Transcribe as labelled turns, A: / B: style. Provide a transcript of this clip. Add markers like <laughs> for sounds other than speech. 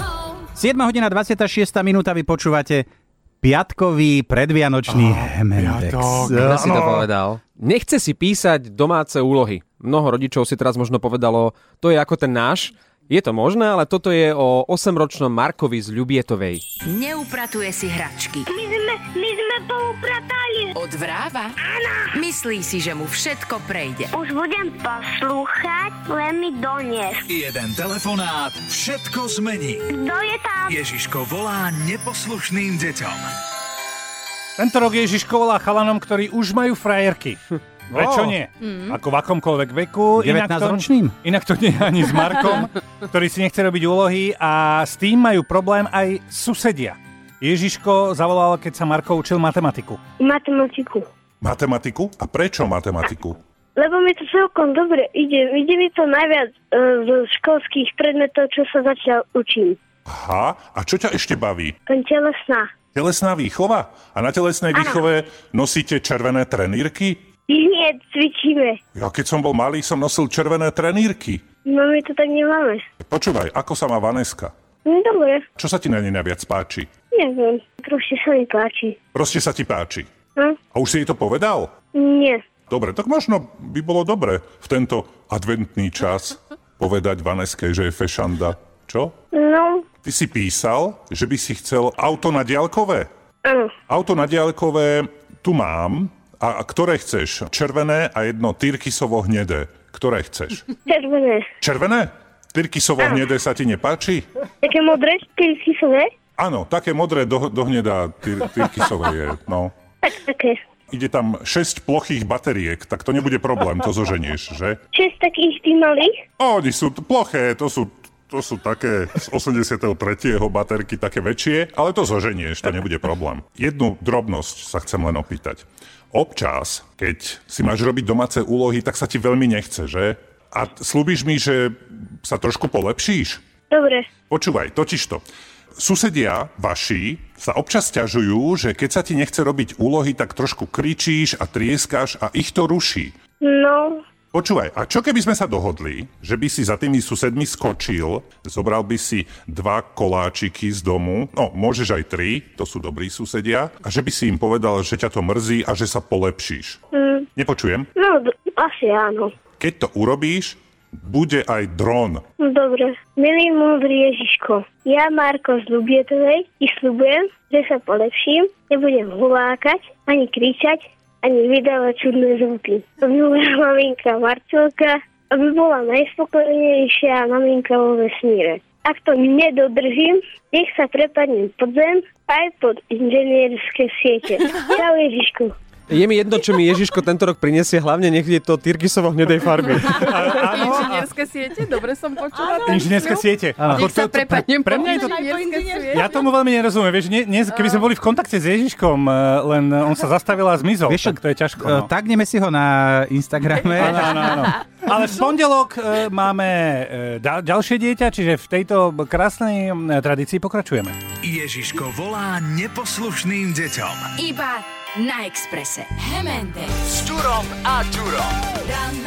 A: 7 hodina 26. minúta, vy počúvate piatkový predvianočný Hemendex. E,
B: piatok.
C: Ja si to povedal. Nechce si písať domáce úlohy. Mnoho rodičov si teraz možno povedalo, to je ako ten náš. Je to možné, ale toto je o 8-ročnom Markovi z Ľubietovej.
D: Neupratuje si hračky.
E: My sme, my sme poupratali.
D: Odvráva? Áno. Myslí si, že mu všetko prejde.
E: Už budem poslúchať, len mi donies.
F: Jeden telefonát všetko zmení.
E: Kto je tam?
F: Ježiško volá neposlušným deťom.
B: Tento rok Ježiško volá chalanom, ktorí už majú frajerky.
A: Oh.
B: Prečo
C: Ó.
B: nie? Ako v akomkoľvek veku. Inak to-
A: 19-ročným?
B: Inak to nie je ani s
A: <laughs>
B: Markom, ktorý si nechce robiť úlohy a s tým majú problém aj susedia. Ježiško zavolal, keď sa Marko učil matematiku.
E: Matematiku.
G: Matematiku? A prečo matematiku?
E: Lebo mi to celkom dobre ide. Ide mi to najviac e, z školských predmetov, čo sa zatiaľ učím.
G: Aha, a čo ťa ešte baví?
E: Len telesná. <laughs>
G: Telesná výchova? A na telesnej výchove nosíte červené trenírky?
E: Nie, cvičíme.
G: Ja keď som bol malý, som nosil červené trenírky.
E: No my to tak nemáme.
G: Počúvaj, ako sa má Vaneska?
E: No dobre,
G: Čo sa ti na nej najviac páči?
E: neviem. Proste sa mi páči.
G: Proste sa ti páči.
E: Hm?
G: A už si jej to povedal?
E: Nie.
G: Dobre, tak možno by bolo dobre v tento adventný čas povedať Vaneskej, že je fešanda. Čo?
E: No,
G: Ty si písal, že by si chcel auto na diaľkové?
E: áno.
G: Auto na diaľkové tu mám. A a ktoré chceš? Červené a jedno tyrkisovo hnedé. Ktoré chceš?
E: Červené.
G: Červené? Tyrkisovo hnedé sa ti nepáči?
E: Také modré, keď si sú, ne?
G: Áno, také modré do, do hnedá tyr, tyrkisové je. No.
E: Tak také.
G: Ide tam 6 plochých bateriek, tak to nebude problém, to zoženieš, že?
E: Šesť takých tých malých.
G: Oni sú t- ploché, to sú, to sú také z 83. baterky, také väčšie, ale to zoženieš, to nebude problém. Jednu drobnosť sa chcem len opýtať. Občas, keď si máš robiť domáce úlohy, tak sa ti veľmi nechce, že? A t- slúbiš mi, že sa trošku polepšíš?
E: Dobre.
G: Počúvaj, totižto. Susedia vaši sa občas ťažujú, že keď sa ti nechce robiť úlohy, tak trošku kričíš a trieskáš a ich to ruší.
E: No,
G: Počúvaj, a čo keby sme sa dohodli, že by si za tými susedmi skočil, zobral by si dva koláčiky z domu, no môžeš aj tri, to sú dobrí susedia, a že by si im povedal, že ťa to mrzí a že sa polepšíš. Mm. Nepočujem.
E: no, d- asi áno.
G: Keď to urobíš, bude aj dron.
E: No dobre. Milý múdry Ježiško, ja Marko z Lubietovej ti slúbujem, že sa polepším, nebudem hulákať, ani kričať, ani vydávať čudné zvuky. Aby moja <laughs> maminka Marcelka, aby bola najspokojnejšia maminka vo vesmíre. Ak to nedodržím, nech sa prepadnem pod zem aj pod inžinierské siete. Čau Ježiško.
C: Je mi jedno, čo mi Ježiško tento rok prinesie, hlavne nech je to Tyrkisovo hnedej farby.
H: Inžinierské siete, dobre som počula. ten
B: Inžinierské
H: sľub?
B: siete. Ako
H: Nech
B: to- to-
H: sa
B: pre-
H: prepadnem
B: pre
H: pod
B: mňa je to
H: inžinierské siete.
B: Ja tomu veľmi nerozumiem, vieš, nie, dnes, keby sme boli v kontakte s Ježiškom, e, len e, on sa zastavil a zmizol,
A: Vieš čo,
B: tak to je ťažko.
A: Eh,
B: No.
A: Tagneme si ho na Instagrame.
B: Áno, áno, áno. <laughs> Ale v pondelok e, máme e, da- ďalšie dieťa, čiže v tejto krásnej e, tradícii pokračujeme.
F: Ježiško volá neposlušným deťom.
D: Iba na Exprese. Hemendex.
F: S Turom a Turom.
D: Ranný